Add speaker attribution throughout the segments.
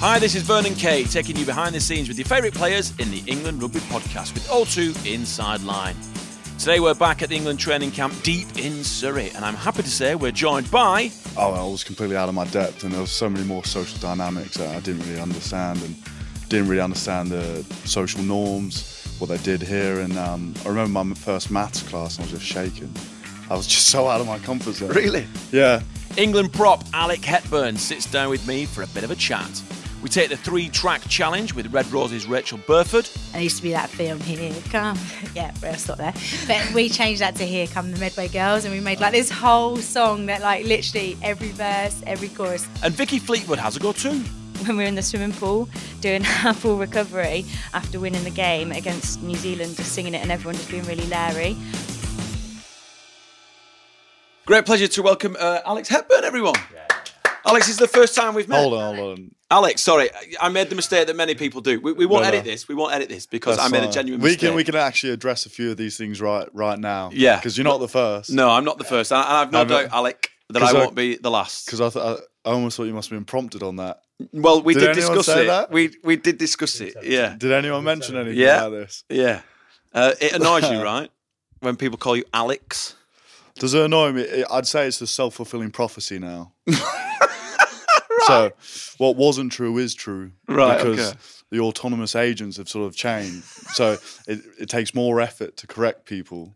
Speaker 1: Hi, this is Vernon Kay taking you behind the scenes with your favourite players in the England Rugby Podcast with O2 Inside Line. Today we're back at the England training camp deep in Surrey, and I'm happy to say we're joined by
Speaker 2: oh, I was completely out of my depth, and there was so many more social dynamics that I didn't really understand, and didn't really understand the social norms, what they did here. And um, I remember my first maths class, and I was just shaking. I was just so out of my comfort zone.
Speaker 3: Really?
Speaker 2: Yeah.
Speaker 1: England prop Alec Hepburn sits down with me for a bit of a chat. We take the three track challenge with Red Rose's Rachel Burford.
Speaker 4: There used to be that film Here Come, yeah, we'll stop there. But we changed that to Here Come the Medway Girls, and we made like this whole song that like literally every verse, every chorus.
Speaker 1: And Vicky Fleetwood has a go too.
Speaker 5: When we were in the swimming pool doing our full recovery after winning the game against New Zealand, just singing it and everyone just being really leery.
Speaker 1: Great pleasure to welcome uh, Alex Hepburn, everyone. Alex is the first time we've met.
Speaker 2: Hold on, hold on.
Speaker 1: Alex, sorry, I made the mistake that many people do. We, we won't
Speaker 2: No, no.
Speaker 1: edit this. We won't edit this because
Speaker 2: That's
Speaker 1: I made a
Speaker 2: fine.
Speaker 1: genuine
Speaker 2: we
Speaker 1: mistake.
Speaker 2: Can, we can actually address a few of these things right right now.
Speaker 1: Yeah.
Speaker 2: Because you're not the first.
Speaker 1: No, I'm not the first, and I- and I've no
Speaker 2: Have
Speaker 1: doubt,
Speaker 2: it.
Speaker 1: Alec, that I
Speaker 2: 'Cause I-
Speaker 1: won't be the last.
Speaker 2: Because I, th- I almost thought you must have been prompted on that.
Speaker 1: Well, we
Speaker 2: Did
Speaker 1: did,
Speaker 2: anyone
Speaker 1: discuss
Speaker 2: say
Speaker 1: it.
Speaker 2: that?
Speaker 1: We we did discuss it. Yeah,
Speaker 2: Did anyone mention anything
Speaker 1: Yeah.
Speaker 2: about this?
Speaker 1: yeah. Uh, it annoys you, right, when people call you Alex?
Speaker 2: Does it annoy me? I'd say it's the self fulfilling prophecy now. So, what wasn't true is true,
Speaker 1: Right,
Speaker 2: Because
Speaker 1: okay.
Speaker 2: the autonomous agents have sort of changed, so it, it takes more effort to correct people.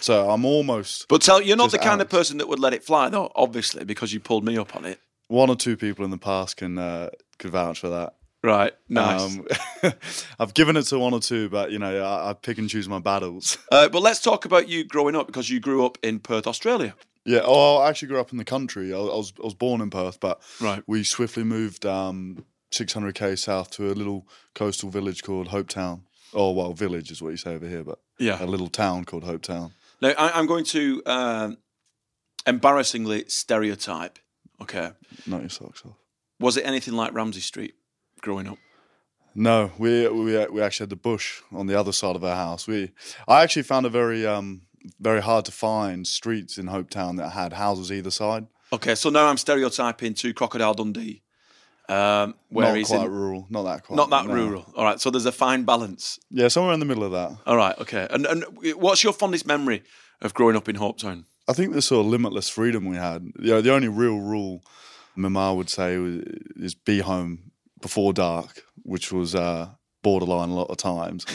Speaker 2: So I'm almost
Speaker 1: But tell you're not
Speaker 2: Just
Speaker 1: the kind of
Speaker 2: Alex.
Speaker 1: person that would let it fly, though. Obviously, because you pulled me up on it.
Speaker 2: one or two people in the past can uh, could vouch for that.
Speaker 1: Right. Nice.
Speaker 2: Um, I've given it to one or two, but you know I, I pick and choose my battles.
Speaker 1: uh, but let's talk about you growing up because you grew up in Perth, Australia.
Speaker 2: Yeah. Oh, I actually grew up in the country. I, I was I was born in Perth, but
Speaker 1: Right.
Speaker 2: we swiftly moved um, 600k south to a little coastal village called Hopetown. Oh, well, village is what you say over here, but
Speaker 1: Yeah.
Speaker 2: a little town called Hopetown.
Speaker 1: Now I, I'm going to um, embarrassingly stereotype. Okay.
Speaker 2: Knock your socks off.
Speaker 1: Was it anything like Ramsey Street growing up?
Speaker 2: No, we we we actually had the bush on the other side of our house. We I actually found it very um very hard to find streets in Hopetown that had houses either side.
Speaker 1: Okay, so now I'm stereotyping to Crocodile Dundee, um, where
Speaker 2: not
Speaker 1: he's
Speaker 2: quite
Speaker 1: in-
Speaker 2: rural, not that quite.
Speaker 1: not that
Speaker 2: no.
Speaker 1: rural. All right, so there's a fine balance.
Speaker 2: Yeah, somewhere in the middle of that.
Speaker 1: All right, okay. And and what's your fondest memory of growing up in Hopetown?
Speaker 2: I think the sort of limitless freedom we had. You know, the only real rule Mama would say was, is be home before dark, which was uh, borderline a lot of times.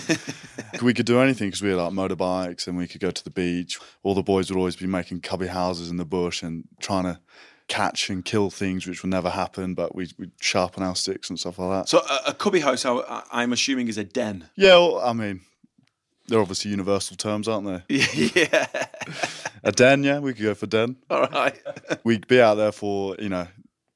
Speaker 2: we could do anything because we had like motorbikes and we could go to the beach. All the boys would always be making cubby houses in the bush and trying to catch and kill things, which would never happen. But we would sharpen our sticks and stuff like that.
Speaker 1: So a, a cubby house, I, I- I'm assuming, is a den.
Speaker 2: yeah, well, I mean, they're obviously universal terms, aren't they?
Speaker 1: yeah.
Speaker 2: A den, yeah, we could go for den.
Speaker 1: All right.
Speaker 2: we'd be out there for you know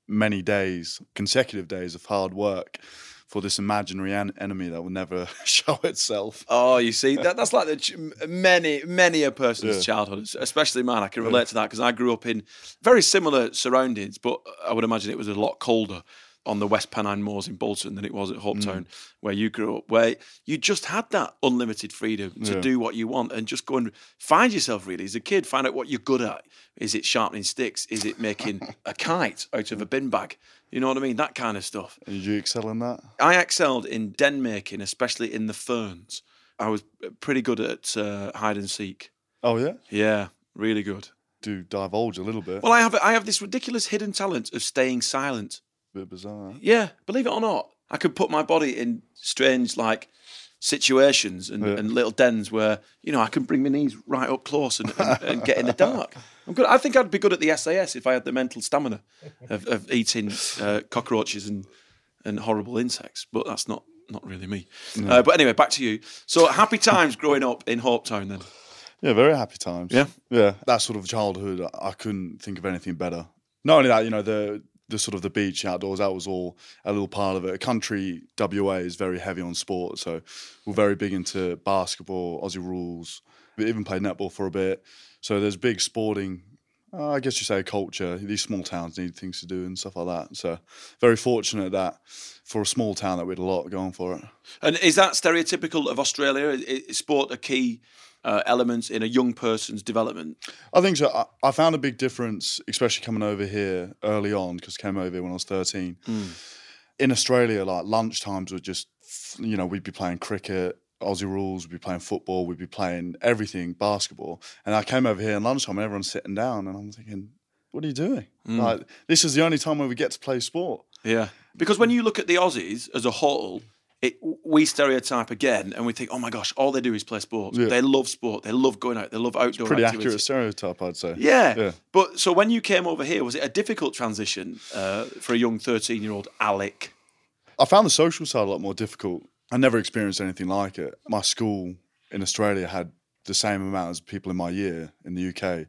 Speaker 2: many days consecutive days of hard work for this imaginary en- enemy that will never show itself
Speaker 1: Oh, you see, that, that's like the ch- many, many a person's
Speaker 2: Yeah.
Speaker 1: childhood, especially mine. I can relate to that because I grew up in very similar surroundings, but I would imagine it was a lot colder on the West Pennine Moors in Bolton than it was at
Speaker 2: Mm.
Speaker 1: Hopetown, where you grew up, where you just had that unlimited freedom to
Speaker 2: Yeah.
Speaker 1: do what you want and just go and find yourself really as a kid, find out what you're good at. Is it sharpening sticks? Is it making a kite out of a bin bag? You know what I mean? That kind of stuff.
Speaker 2: did you excel in that
Speaker 1: I excelled in den making, especially in the ferns. I was pretty good at uh, hide and seek.
Speaker 2: oh yeah
Speaker 1: Yeah, really good.
Speaker 2: do divulge a little bit
Speaker 1: Well, I have I have this ridiculous hidden talent of staying silent.
Speaker 2: bit bizarre
Speaker 1: Yeah, believe it or not, I could put my body in strange like situations and,
Speaker 2: Yeah.
Speaker 1: and little dens where you know I can bring my knees right up close and, and, and get in the dark. I'm good. I think I'd be good at the SAS if I had the mental stamina of, of eating uh, cockroaches and and horrible insects. But that's not not really me. Uh, but anyway, back to you. So happy times growing up in Hopetown then.
Speaker 2: yeah very happy times
Speaker 1: Yeah.
Speaker 2: yeah that sort of childhood I- i couldn't think of anything better not only that you know the the sort of the beach outdoors that was all a little part of it country wa is very heavy on sport so we're very big into basketball aussie rules we even played netball for a bit so there's big sporting uh, i guess you say culture these small towns need things to do and stuff like that so very fortunate that for a small town that we had a lot going for it
Speaker 1: And is that stereotypical of Australia? Is, is sport a key uh, element in a young person's development?
Speaker 2: I think so. I, I found a big difference, especially coming over here early on, because I came over here when I was 13. in Australia, like lunchtimes were just, f- you know, we'd be playing cricket, Aussie rules, we'd be playing football, we'd be playing everything, basketball. And I came over here in lunchtime and everyone's sitting down and I'm thinking, what are you doing? Like, this is the only time where we get to play sport.
Speaker 1: Yeah. Because when you look at the Aussies as a whole, it, we stereotype again and we think, oh my gosh, all they do is play sports.
Speaker 2: Yeah.
Speaker 1: They love sport. They love going out. They love outdoor
Speaker 2: Pretty
Speaker 1: activities.
Speaker 2: accurate stereotype, I'd say.
Speaker 1: Yeah.
Speaker 2: Yeah.
Speaker 1: But so when you came over here, was it a difficult transition uh, for a young 13 year old Alec?
Speaker 2: I found the social side a lot more difficult. I never experienced anything like it. My school in Australia had the same amount as people in my year in the UK.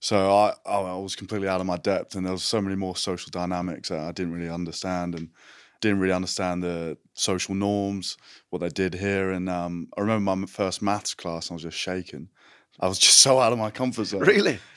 Speaker 2: So I, I I was completely out of my depth, and there was so many more social dynamics that I didn't really understand, and didn't really understand the social norms, what they did here. And um, I remember my first maths class, and I was just shaking. I was just so out of my comfort zone.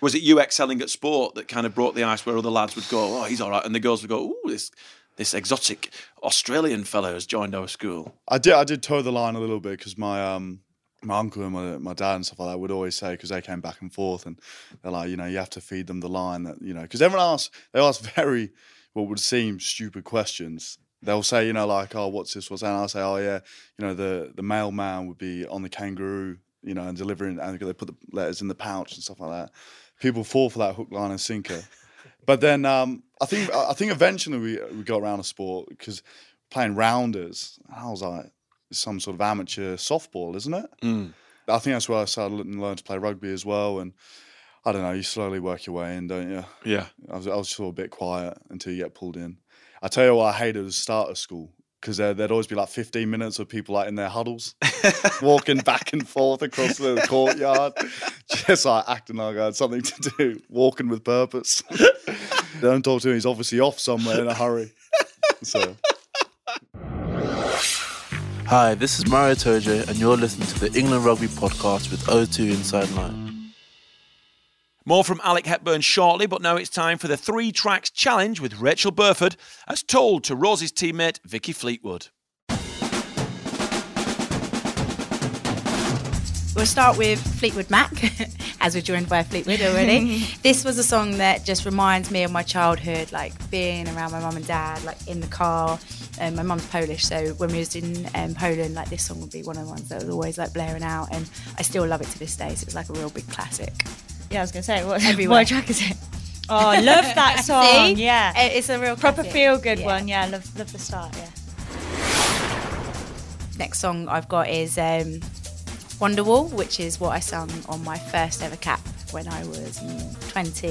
Speaker 1: Was it you excelling at sport that kind of brought the ice where other lads would go, oh, he's all right? And the girls would go, oh, this, this exotic Australian fellow has joined our school.
Speaker 2: I did. I did toe the line a little bit because my um my uncle and my, my dad and stuff like that would always say because they came back and forth and they're like, you know, you have to feed them the line that you know because everyone asks they ask very what would seem stupid questions. They'll say, you know, like, oh, what's this? What's that? And I'll say, oh yeah, you know, the the mailman would be on the kangaroo, you know, and delivering, and they put the letters in the pouch and stuff like that. People fall for that hook, line, and sinker. But then um, I think I think eventually we we got around a sport because playing rounders, and I was like it's some sort of amateur softball, isn't it? I think that's where I started learning learn to play rugby as well. And I don't know, you slowly work your way in, don't you?
Speaker 1: Yeah.
Speaker 2: I was, I was sort of a bit quiet until you get pulled in. I tell you what, I hated the start of school because there, there'd always be like 15 minutes of people like in their huddles, walking back and forth across the courtyard, just like acting like I had something to do, walking with purpose. don't talk to him, he's obviously off somewhere in a hurry. So,
Speaker 3: Hi, this is Mario Tojo, and you're listening to the England Rugby Podcast with O2 Inside Line.
Speaker 1: More from Alec Hepburn shortly, but now it's time for the three tracks challenge with Rachel Burford, as told to Rose's teammate Vicky Fleetwood.
Speaker 4: We'll start with Fleetwood Mac, as we're joined by Fleetwood already. this was a song that just reminds me of my childhood, like being around my mum and dad, like in the car. Um, my mum's Polish, so when we was in um, Poland, like this song would be one of the ones that was always like blaring out, and I still love it to this day. So it's like a real big classic.
Speaker 5: Yeah, I was gonna say what,
Speaker 4: Everywhere.
Speaker 5: what track is it? Oh, I love that song.
Speaker 4: See?
Speaker 5: Yeah,
Speaker 4: It- it's a real
Speaker 5: proper
Speaker 4: classic.
Speaker 5: feel good
Speaker 4: Yeah. Um,
Speaker 5: one. Yeah, I love love the start. Yeah.
Speaker 4: Next song I've got is um, Wonderwall, which is what I sung on my first ever cap when I was mm, 20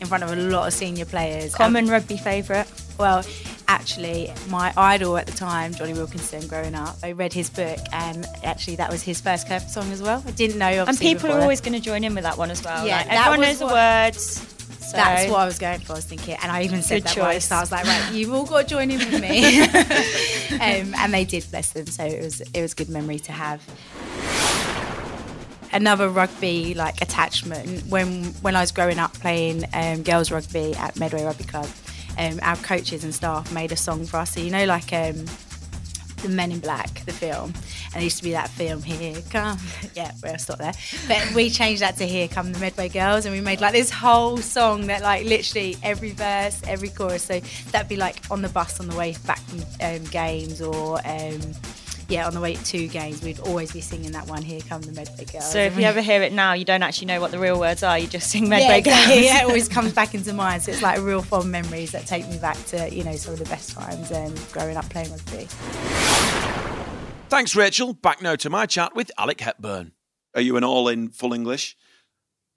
Speaker 4: in front of a lot of senior players.
Speaker 5: Common rugby favourite.
Speaker 4: Well, actually, my idol at the time, Johnny Wilkinson, growing up, I read his book, and actually, that was his first cover song as well. I didn't know.
Speaker 5: And
Speaker 4: Obviously
Speaker 5: people
Speaker 4: before
Speaker 5: are
Speaker 4: that.
Speaker 5: always going to join in with that one as well.
Speaker 4: Yeah,
Speaker 5: like,
Speaker 4: that
Speaker 5: everyone
Speaker 4: was
Speaker 5: knows the
Speaker 4: what-
Speaker 5: words. So.
Speaker 4: That's what I was going for. I was thinking, and I even said
Speaker 5: Good
Speaker 4: that right.
Speaker 5: choice.
Speaker 4: So I was like, right, you've all got to join in with me. um, and they did, bless them. So it was it was a good memory to have. Another rugby like attachment when when I was growing up playing um, girls rugby at Medway Rugby Club, um, our coaches and staff made a song for us. So you know, like. Um, the Men in Black, the film, and it used to be that film. Here come, yeah, we'll stop there. But we changed that to Here Come the Medway Girls, and we made like this whole song that like literally every verse, every chorus. So that'd be like on the bus on the way back from um, games, or um, yeah, on the way to games, we'd always be singing that one. Here come the Medway Girls.
Speaker 5: So if you ever hear it now, you don't actually know what the real words are. You just sing Medway
Speaker 4: yeah, exactly.
Speaker 5: Girls.
Speaker 4: yeah, it always comes back into mind. So it's like real fond memories that take me back to you know some of the best times um, growing up playing rugby.
Speaker 1: Thanks, Rachel. Back now to my chat with Alec Hepburn. Are you an all in full English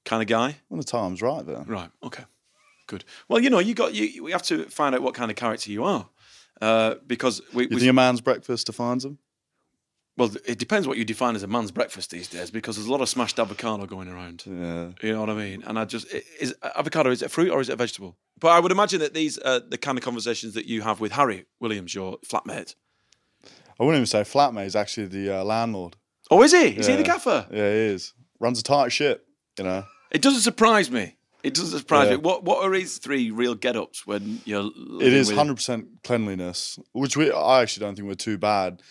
Speaker 1: kind of guy?
Speaker 2: well, the time's right there.
Speaker 1: Right. Okay. Good. Well, you know, you got you. you- We have to find out what kind of character you are, uh, because we.
Speaker 2: You
Speaker 1: we-
Speaker 2: think a man's breakfast defines him?
Speaker 1: well, it depends what you define as a man's breakfast these days, because there's a lot of smashed avocado going around.
Speaker 2: Yeah.
Speaker 1: You know what I mean? And I just i- is avocado is it a fruit or is it a vegetable? But I would imagine that these are the kind of conversations that you have with Harry Williams, your flatmate.
Speaker 2: I wouldn't even say flatmate. He's actually the uh, landlord.
Speaker 1: Oh, is he? Is he the
Speaker 2: Yeah.
Speaker 1: gaffer?
Speaker 2: Yeah, he is. Runs a tight ship, you know.
Speaker 1: It doesn't surprise me. It doesn't surprise
Speaker 2: Yeah.
Speaker 1: me. What What are his three real get-ups when you're? living
Speaker 2: It is
Speaker 1: with him?
Speaker 2: 100% cleanliness, which we I actually don't think we're too bad.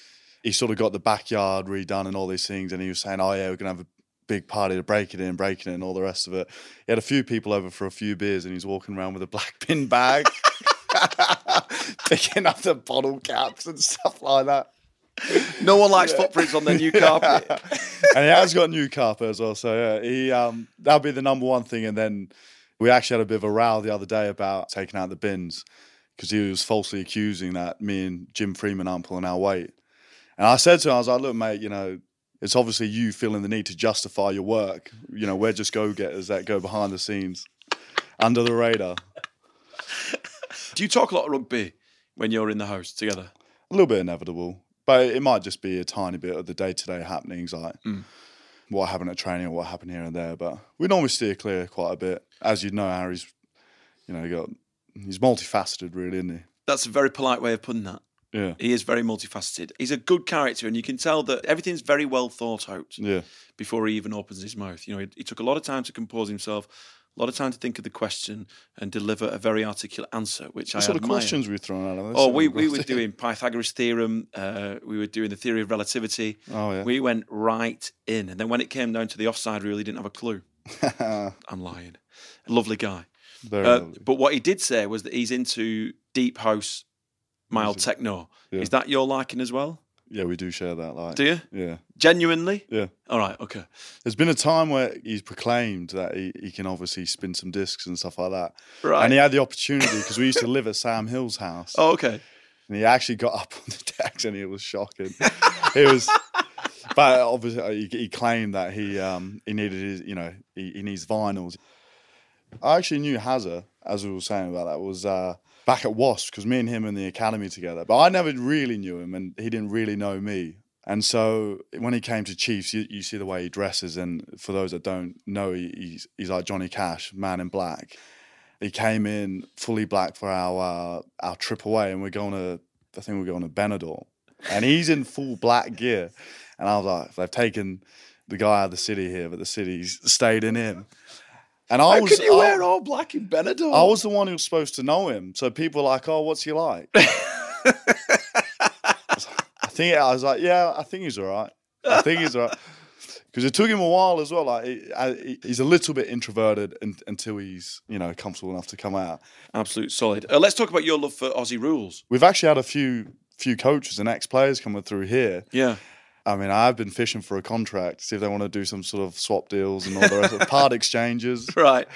Speaker 2: He sort of got the backyard redone and all these things, and he was saying, oh, yeah, we're going to have a big party to break it in, break it in, and all the rest of it. He had a few people over for a few beers, and he's walking around with a black bin bag. picking up the bottle caps and stuff like that.
Speaker 1: No one likes footprints on their new carpet.
Speaker 2: and he has got new carpet as well. So yeah, he um, that'll be the number one thing. And then we actually had a bit of a row the other day about taking out the bins because he was falsely accusing that me and Jim Freeman aren't pulling our weight. And I said to him, I was like, look, mate, you know, it's obviously you feeling the need to justify your work. You know, we're just go getters that go behind the scenes, under the radar.
Speaker 1: Do you talk a lot of rugby when you're in the house together?
Speaker 2: a little bit inevitable, but it might just be a tiny bit of the day to day happenings, like
Speaker 1: Mm.
Speaker 2: what happened at training or what happened here and there. But we normally steer clear quite a bit, as you know. Harry's, you know, got he's multifaceted, really, isn't
Speaker 1: That's a very polite way of putting that.
Speaker 2: he? Yeah,
Speaker 1: He is very multifaceted. He's a good character, and you can tell that everything's very well thought out
Speaker 2: yeah,
Speaker 1: before he even opens his mouth. You know, he, he took a lot of time to compose himself, a lot of time to think of the question and deliver a very articulate answer, which
Speaker 2: what
Speaker 1: I
Speaker 2: sort of
Speaker 1: admire.
Speaker 2: questions we were throwing out. of this?
Speaker 1: uh, Oh, we, we were doing Pythagoras' theorem. Uh, we were doing the theory of relativity.
Speaker 2: Oh, yeah.
Speaker 1: We went right in. And then when it came down to the offside rule, he didn't have a clue. I'm lying. Lovely guy.
Speaker 2: Very
Speaker 1: Uh,
Speaker 2: lovely.
Speaker 1: but what he did say was that he's into deep house, mild techno.
Speaker 2: Yeah.
Speaker 1: Is that your liking as well?
Speaker 2: yeah, we do share that. Like,
Speaker 1: Do you?
Speaker 2: yeah,
Speaker 1: Genuinely?
Speaker 2: yeah.
Speaker 1: All right, okay.
Speaker 2: There's been a time where he's proclaimed that he, he can obviously spin some discs and stuff like that,
Speaker 1: Right.
Speaker 2: and he had the opportunity because we used to live at Sam Hill's house.
Speaker 1: Oh, okay.
Speaker 2: And he actually got up on the decks and it was shocking. it was, but obviously uh, he, he claimed that he um, he needed his, you know, he, he needs vinyls. I actually knew Hazza, as we were saying about that, was uh, back at Wasp because me and him in the academy together. But I never really knew him and he didn't really know me. And so when he came to Chiefs, you, you see the way he dresses. And for those that don't know, he, he's, he's like Johnny Cash, man in black he came in fully black for our uh, our trip away, and we're going to I think we're going to Benidorm, and he's in full black gear, and I was like, they've taken the guy out of the city here, but the city's stayed in him, and I
Speaker 1: How
Speaker 2: was
Speaker 1: could you
Speaker 2: I,
Speaker 1: wear all black in Benidorm?
Speaker 2: I was the one who was supposed to know him, so people were like, oh, what's he like? I think I was like, yeah, I think he's all right. I think he's all right. Because it took him a while as well. Like he- I- he- he's a little bit introverted un until he's you know comfortable enough to come out.
Speaker 1: Absolute solid. Uh, let's talk about your love for Aussie rules.
Speaker 2: We've actually had a few few coaches and ex players coming through here.
Speaker 1: Yeah.
Speaker 2: I mean, I've been fishing for a contract, see if they want to do some sort of swap deals and all the rest of it. part exchanges.
Speaker 1: Right.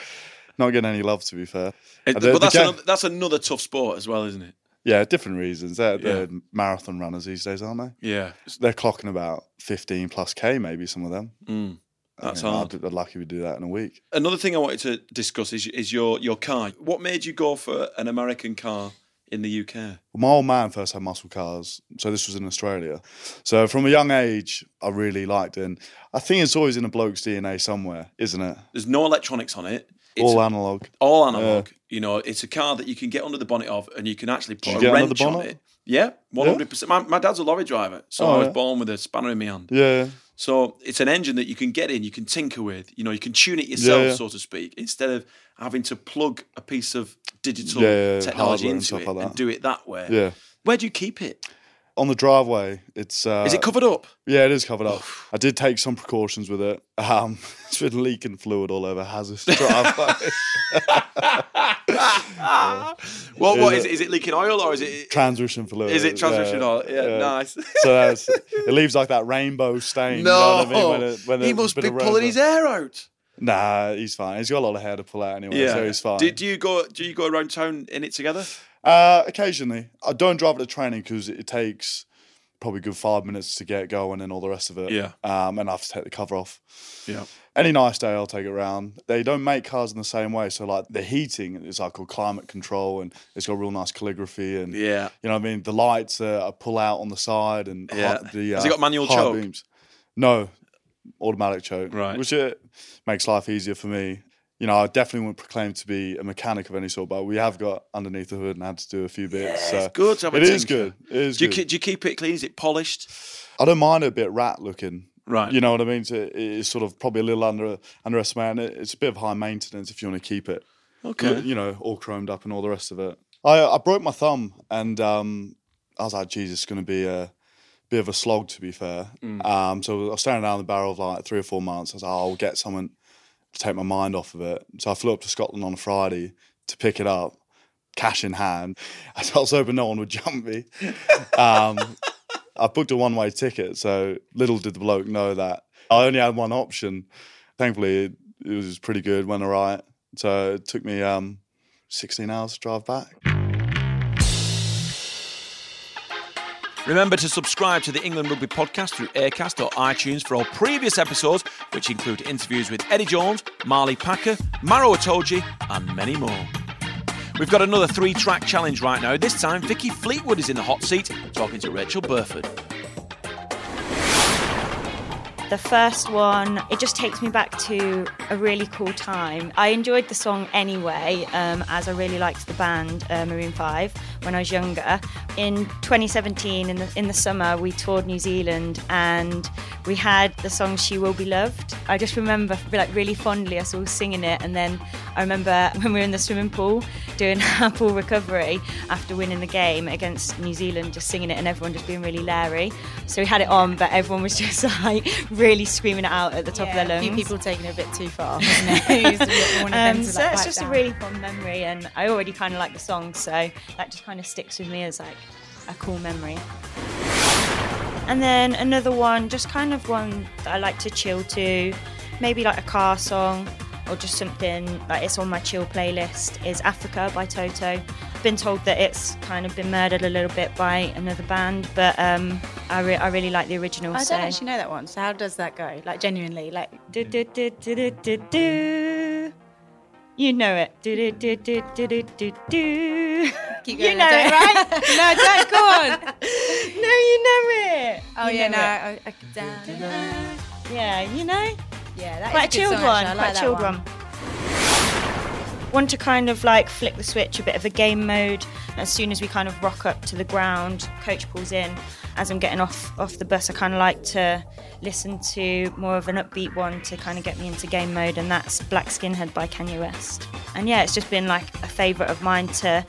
Speaker 2: Not getting any love, to be fair.
Speaker 1: It-
Speaker 2: Uh, the-
Speaker 1: but that's,
Speaker 2: the ga-
Speaker 1: another, that's another tough sport as well, isn't it?
Speaker 2: Yeah, different reasons. They're, they're
Speaker 1: Yeah.
Speaker 2: marathon runners these days, aren't they?
Speaker 1: Yeah.
Speaker 2: They're clocking about 15 plus K, maybe some of them.
Speaker 1: Mm. That's
Speaker 2: I mean, I'd
Speaker 1: hard.
Speaker 2: be- I'd lucky we do that in a week.
Speaker 1: Another thing I wanted to discuss is is your your car. What made you go for an American car in the UK?
Speaker 2: Well, my old man first had muscle cars, so this was in Australia. So from a young age, I really liked it. And I think it's always in a bloke's DNA somewhere, isn't it?
Speaker 1: There's no electronics on it. It's
Speaker 2: All
Speaker 1: all,
Speaker 2: analog.
Speaker 1: analog. You know, it's a car that you can get under the bonnet of, and you can actually
Speaker 2: you
Speaker 1: put
Speaker 2: get
Speaker 1: a
Speaker 2: under the
Speaker 1: wrench on
Speaker 2: bonnet?
Speaker 1: it. Yeah, one hundred percent. My my dad's a lorry driver, so
Speaker 2: Oh,
Speaker 1: I was
Speaker 2: yeah.
Speaker 1: born with a spanner in my hand.
Speaker 2: Yeah.
Speaker 1: So it's an engine that you can get in, you can tinker with, you know, you can tune it yourself,
Speaker 2: yeah.
Speaker 1: so to speak, instead of having to plug a piece of digital
Speaker 2: Yeah, yeah, yeah,
Speaker 1: technology
Speaker 2: hardware and
Speaker 1: into
Speaker 2: stuff
Speaker 1: it
Speaker 2: like
Speaker 1: and
Speaker 2: that.
Speaker 1: do it that way.
Speaker 2: Yeah.
Speaker 1: Where do you keep it?
Speaker 2: On the driveway, it's. Uh,
Speaker 1: Is it covered up?
Speaker 2: Yeah, it is covered up. I did take some precautions with it. Um, it's been leaking fluid all over Hazard's driveway.
Speaker 1: Well,
Speaker 2: Is
Speaker 1: what is
Speaker 2: it-
Speaker 1: it? Is it leaking oil or is it
Speaker 2: transmission fluid.
Speaker 1: is it transmission
Speaker 2: yeah,
Speaker 1: oil? Yeah, nice.
Speaker 2: So that's, it leaves like that rainbow stain.
Speaker 1: No,
Speaker 2: you know what I mean? When it- when
Speaker 1: he
Speaker 2: it's
Speaker 1: must
Speaker 2: been
Speaker 1: be
Speaker 2: eroded.
Speaker 1: pulling his hair out.
Speaker 2: Nah, he's fine. He's got a lot of hair to pull out anyway, so he's fine.
Speaker 1: Do, do you go? Do you go around town in it together?
Speaker 2: Uh, occasionally, I don't drive it to training because it takes probably a good five minutes to get going and all the rest of it.
Speaker 1: Yeah.
Speaker 2: Um, and I have to take the cover off.
Speaker 1: Yeah.
Speaker 2: Any nice day, I'll take it round. They don't make cars in the same way, so like the heating is like called climate control, and it's got real nice calligraphy, and
Speaker 1: Yeah.
Speaker 2: you know what I mean. The lights uh, are pull out on the side, and hi-
Speaker 1: Yeah.
Speaker 2: the uh,
Speaker 1: Has it got manual
Speaker 2: high
Speaker 1: choke?
Speaker 2: Beams. No, automatic choke.
Speaker 1: Right.
Speaker 2: which it makes life easier for me. You know, I definitely wouldn't proclaim to be a mechanic of any sort, but we have got underneath the hood and had to do a few bits. so
Speaker 1: It's good. To have a
Speaker 2: it is
Speaker 1: tinker.
Speaker 2: good. It is
Speaker 1: Do you,
Speaker 2: good.
Speaker 1: ke- do you keep it clean? Is it polished?
Speaker 2: I don't mind it a bit rat looking.
Speaker 1: Right.
Speaker 2: You know what I mean? So it- It's sort of probably a little under underestimated. and it- It's a bit of high maintenance if you want to keep it.
Speaker 1: Okay.
Speaker 2: You know, all chromed up and all the rest of it. I I broke my thumb and um, I was like, Jesus, it's going to be a bit of a slog to be fair. Um, so I was standing down the barrel of like three or four months. I was like, I'll get someone to take my mind off of it. So I flew up to Scotland on a Friday to pick it up. cash in hand. I was hoping no one would jump me. Um, I booked a one way ticket, so little did the bloke know that I only had one option. Thankfully, it, it was pretty good, went all right. So it took me um, 16 hours to drive back.
Speaker 1: Remember to subscribe to the England Rugby Podcast through Aircast or iTunes for all previous episodes, which include interviews with Eddie Jones, Marley Packer, Maro Itoji, and many more. We've got another three track challenge right now. This time, Vicky Fleetwood is in the hot seat talking to Rachel Burford.
Speaker 5: The first one, it just takes me back to a really cool time. I enjoyed the song anyway, um, as I really liked the band uh, Maroon Five when I was younger. In 2017, in the in the summer, we toured New Zealand and we had the song "She Will Be Loved." I just remember like really fondly us all singing it, and then I remember when we were in the swimming pool doing our pool recovery after winning the game against New Zealand, just singing it and everyone just being really leery. So we had it on, but everyone was just like really screaming it out at the top of their
Speaker 4: a
Speaker 5: lungs.
Speaker 4: few people taking it a bit too far. Wasn't it? It was one of
Speaker 5: Um,
Speaker 4: them to,
Speaker 5: so
Speaker 4: like,
Speaker 5: it's
Speaker 4: pipe
Speaker 5: just
Speaker 4: down.
Speaker 5: a really fond memory, and I already kind of like the song, so that just kind of sticks with me as like a cool memory. And then another one, just kind of one that I like to chill to, maybe like a car song or just something like it's on my chill playlist, is Africa by Toto. I've been told that it's kind of been murdered a little bit by another band, but um, I, re- I really like the original.
Speaker 4: I
Speaker 5: so.
Speaker 4: don't actually know that one. So how does that go? Like genuinely, like
Speaker 5: Do, do, do, do, do, do, do. You know it. Do, do, do, do, do, do, do, do.
Speaker 4: keep
Speaker 5: You
Speaker 4: going.
Speaker 5: know
Speaker 4: I
Speaker 5: it,
Speaker 4: don't-
Speaker 5: right?
Speaker 4: no, don't go on.
Speaker 5: No, you know it.
Speaker 4: Oh
Speaker 5: You
Speaker 4: yeah, no,
Speaker 5: know it.
Speaker 4: I, I could down.
Speaker 5: Yeah, you know.
Speaker 4: Yeah, that is
Speaker 5: Quite a
Speaker 4: good
Speaker 5: chilled
Speaker 4: song,
Speaker 5: one.
Speaker 4: actually. I like
Speaker 5: Quite a
Speaker 4: that
Speaker 5: chilled one. Want to kind of like flick the switch, a bit of a game mode. As soon as we kind of rock up to the ground, coach pulls in. As I'm getting off off the bus, I kind of like to listen to more of an upbeat one to kind of get me into game mode, and that's Black Skinhead by Kanye West. And yeah, it's just been like a favourite of mine to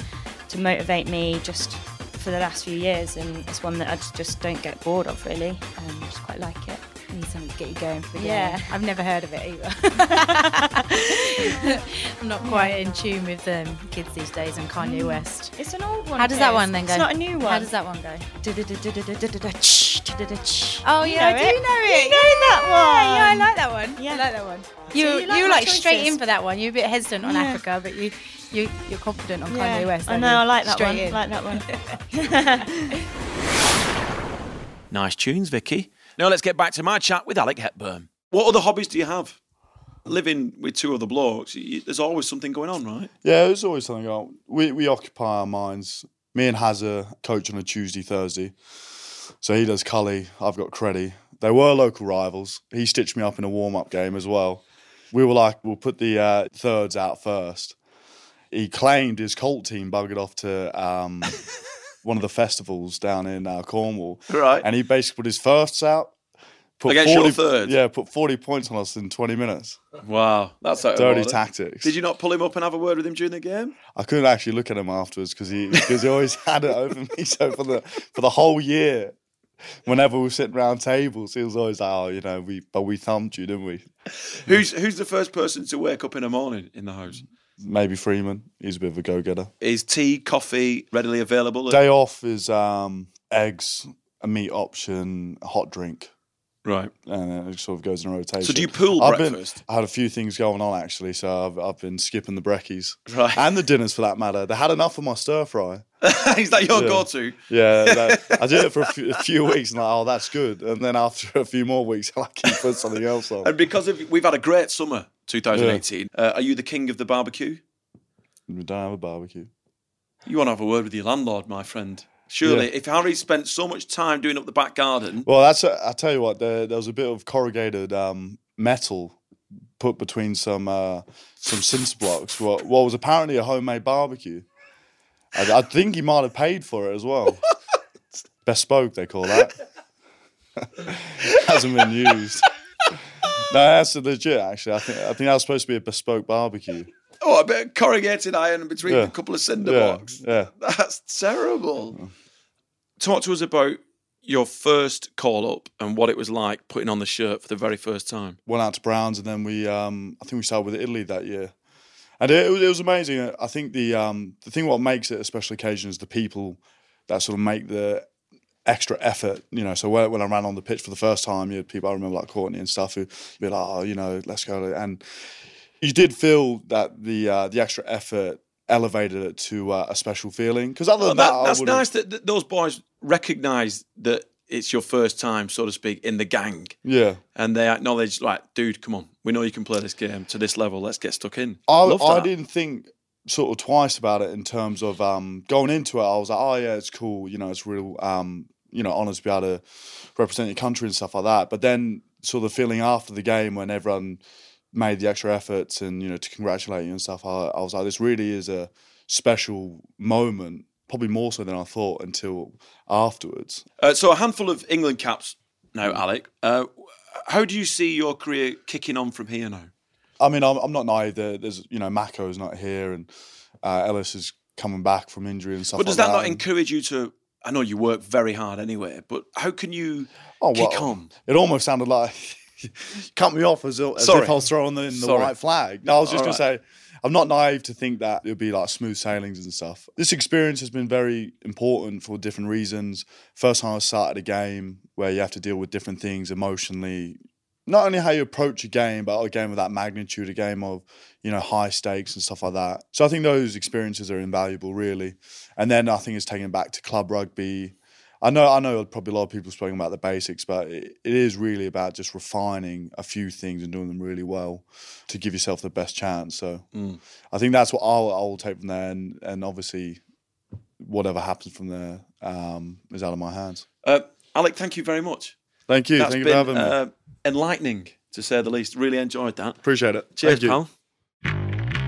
Speaker 5: to motivate me just for the last few years, and it's one that I just- just don't get bored of really. Um, just quite like it.
Speaker 4: Need something to get you going for the
Speaker 5: Yeah.
Speaker 4: game. I've never heard of it either. I'm not quite in tune with um, kids these days and Kanye West.
Speaker 5: It's an old one.
Speaker 4: Mm. How does that
Speaker 5: Piers.
Speaker 4: one then go?
Speaker 5: It's not a new one.
Speaker 4: How does that one go?
Speaker 5: Oh,
Speaker 4: Oh yeah,
Speaker 5: know
Speaker 4: I do
Speaker 5: it.
Speaker 4: know it.
Speaker 5: You know that one.
Speaker 4: Yeah, I like that one.
Speaker 5: Yeah.
Speaker 4: I like that one.
Speaker 5: you
Speaker 4: You you,
Speaker 5: like
Speaker 4: were
Speaker 5: my
Speaker 4: like straight
Speaker 5: choices.
Speaker 4: in for that one. You're a bit hesitant on
Speaker 5: Yeah.
Speaker 4: Africa, but you you you're confident on Kanye West.
Speaker 5: I
Speaker 4: aren't
Speaker 5: know.
Speaker 4: you?
Speaker 5: I like that
Speaker 4: straight
Speaker 5: one.
Speaker 4: In.
Speaker 5: Like that one.
Speaker 1: Nice tunes, Vicky. Now let's get back to my chat with Alec Hepburn. What other hobbies do you have? Living with two other blokes, you, there's always something going on, right?
Speaker 2: Yeah, it was always something. Else. We we occupy our minds. Me and Hazza coach on a Tuesday, Thursday. So he does Cully. I've got Creddy. They were local rivals. He stitched me up in a warm up game as well. We were like, we'll put the uh, thirds out first. He claimed his Colt team buggered off to um, one of the festivals down in uh, Cornwall.
Speaker 1: Right.
Speaker 2: And he basically put his firsts out. Put
Speaker 1: Against your thirds?
Speaker 2: Yeah, put 40 points on us in 20 minutes.
Speaker 1: Wow, that's out of
Speaker 2: Dirty
Speaker 1: order.
Speaker 2: tactics.
Speaker 1: Oh, Did you not pull him up and have a word with him during the game?
Speaker 2: I couldn't actually look at him afterwards because he because he always had it over me. So for the for the whole year, whenever we were sitting round tables, he was always like, "Oh, you know, we but we thumped you, didn't we?"
Speaker 1: Who's who's the first person to wake up in the morning in the house?
Speaker 2: Maybe Freeman. He's a bit of a go getter.
Speaker 1: Is tea, coffee readily available?
Speaker 2: Day off is um, eggs, a meat option, a hot drink,
Speaker 1: right.
Speaker 2: and it sort of goes in a rotation.
Speaker 1: So do you pool
Speaker 2: I've been-
Speaker 1: breakfast?
Speaker 2: I had a few things going on actually, so I've I've been skipping the brekkies
Speaker 1: Right.
Speaker 2: and the dinners for that matter. They had enough of my stir fry.
Speaker 1: Is that your
Speaker 2: Yeah.
Speaker 1: go-to?
Speaker 2: Yeah, that, I did it for a few, a few weeks, and like, oh, that's good. And then after a few more weeks, I like, keep putting something else on.
Speaker 1: And because of, we've had a great summer, 2018. Uh, are you the king of the barbecue?
Speaker 2: We don't have a barbecue.
Speaker 1: You want to have a word with your landlord, my friend? Surely, if Harry spent so much time doing up the back garden,
Speaker 2: Well, that's a, I tell you what, there, there was a bit of corrugated um, metal put between some uh, some cinder blocks. What, what was apparently a homemade barbecue. I, I think he might have paid for it as well. Bespoke, they call that. Hasn't been used. No, that's legit. Actually, I think I think that was supposed to be a bespoke barbecue.
Speaker 1: oh, a bit of corrugated iron between
Speaker 2: Yeah.
Speaker 1: a couple of cinder
Speaker 2: yeah,
Speaker 1: blocks.
Speaker 2: yeah.
Speaker 1: That's terrible. Talk to us about your first call up and what it was like putting on the shirt for the very first time.
Speaker 2: went out to Browns, and then we um, I think we started with Italy that year. and it, was, it was amazing. I think the um, the thing what makes it a special occasion is the people that sort of make the extra effort. You know, so when, when I ran on the pitch for the first time, you had people I remember like Courtney and stuff who'd be like, "Oh, you know, let's go," to-" and you did feel that the uh, the extra effort elevated it to uh, a special feeling. Because other than
Speaker 1: Well,
Speaker 2: that,
Speaker 1: Oh, that- that's
Speaker 2: I would've-
Speaker 1: nice that, that those boys recognise that it's your first time, so to speak, in the gang,
Speaker 2: Yeah.
Speaker 1: and they acknowledge, like, dude, come on, we know you can play this game to this level. Let's get stuck in.
Speaker 2: I,
Speaker 1: Love
Speaker 2: I
Speaker 1: that.
Speaker 2: didn't think sort of twice about it in terms of um, going into it. I was like, oh yeah, it's cool. You know, it's real. Um, you know, honour to be able to represent your country and stuff like that. But then sort of the feeling after the game when everyone made the extra efforts and you know to congratulate you and stuff. I, I was like, this really is a special moment. Probably more so than I thought until afterwards.
Speaker 1: Uh, so a handful of England caps now, Alec. Uh, how do you see your career kicking on from here now?
Speaker 2: I mean, I'm, I'm not naive. There- There's, you know, Mako's not here and uh, Ellis is coming back from injury and stuff.
Speaker 1: But does
Speaker 2: like
Speaker 1: that not
Speaker 2: and-
Speaker 1: encourage you to? I know you work very hard anyway, but how can you
Speaker 2: Oh,
Speaker 1: kick
Speaker 2: well,
Speaker 1: on?
Speaker 2: It almost sounded like you cut me off as, as
Speaker 1: Sorry.
Speaker 2: if I was throwing in the
Speaker 1: Sorry.
Speaker 2: white flag. No, I was just
Speaker 1: All
Speaker 2: going to say, I'm not naive to think that it'll be like smooth sailings and stuff. This experience has been very important for different reasons. First time I started a game where you have to deal with different things emotionally. Not only how you approach a game, but a game of that magnitude, a game of you know high stakes and stuff like that. So I think those experiences are invaluable, really. And then I think it's taken back to club rugby. I know, I know, probably a lot of people spoken about the basics, but it, it is really about just refining a few things and doing them really well to give yourself the best chance. So
Speaker 1: Mm.
Speaker 2: I think that's what I'll, I'll take from there, and, and obviously, whatever happens from there um, is out of my hands.
Speaker 1: Uh, Alec, thank you very much.
Speaker 2: Thank you,
Speaker 1: That's
Speaker 2: thank you
Speaker 1: been
Speaker 2: for having me.
Speaker 1: uh, enlightening, to say the least. Really enjoyed that.
Speaker 2: Appreciate it.
Speaker 1: Cheers,
Speaker 2: Thank you.
Speaker 1: pal.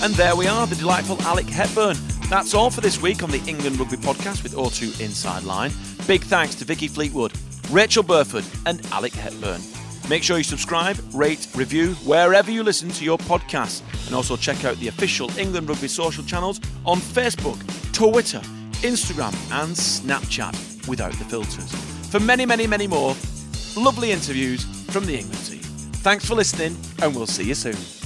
Speaker 1: And there we are, the delightful Alec Hepburn. That's all for this week on the England Rugby Podcast with O2 Inside Line. Big thanks to Vicky Fleetwood, Rachel Burford, and Alec Hepburn. Make sure you subscribe, rate, review wherever you listen to your podcasts, and also check out the official England Rugby social channels on Facebook, Twitter, Instagram, and Snapchat without the filters. For many, many, many more lovely interviews from the England team. Thanks for listening, and we'll see you soon.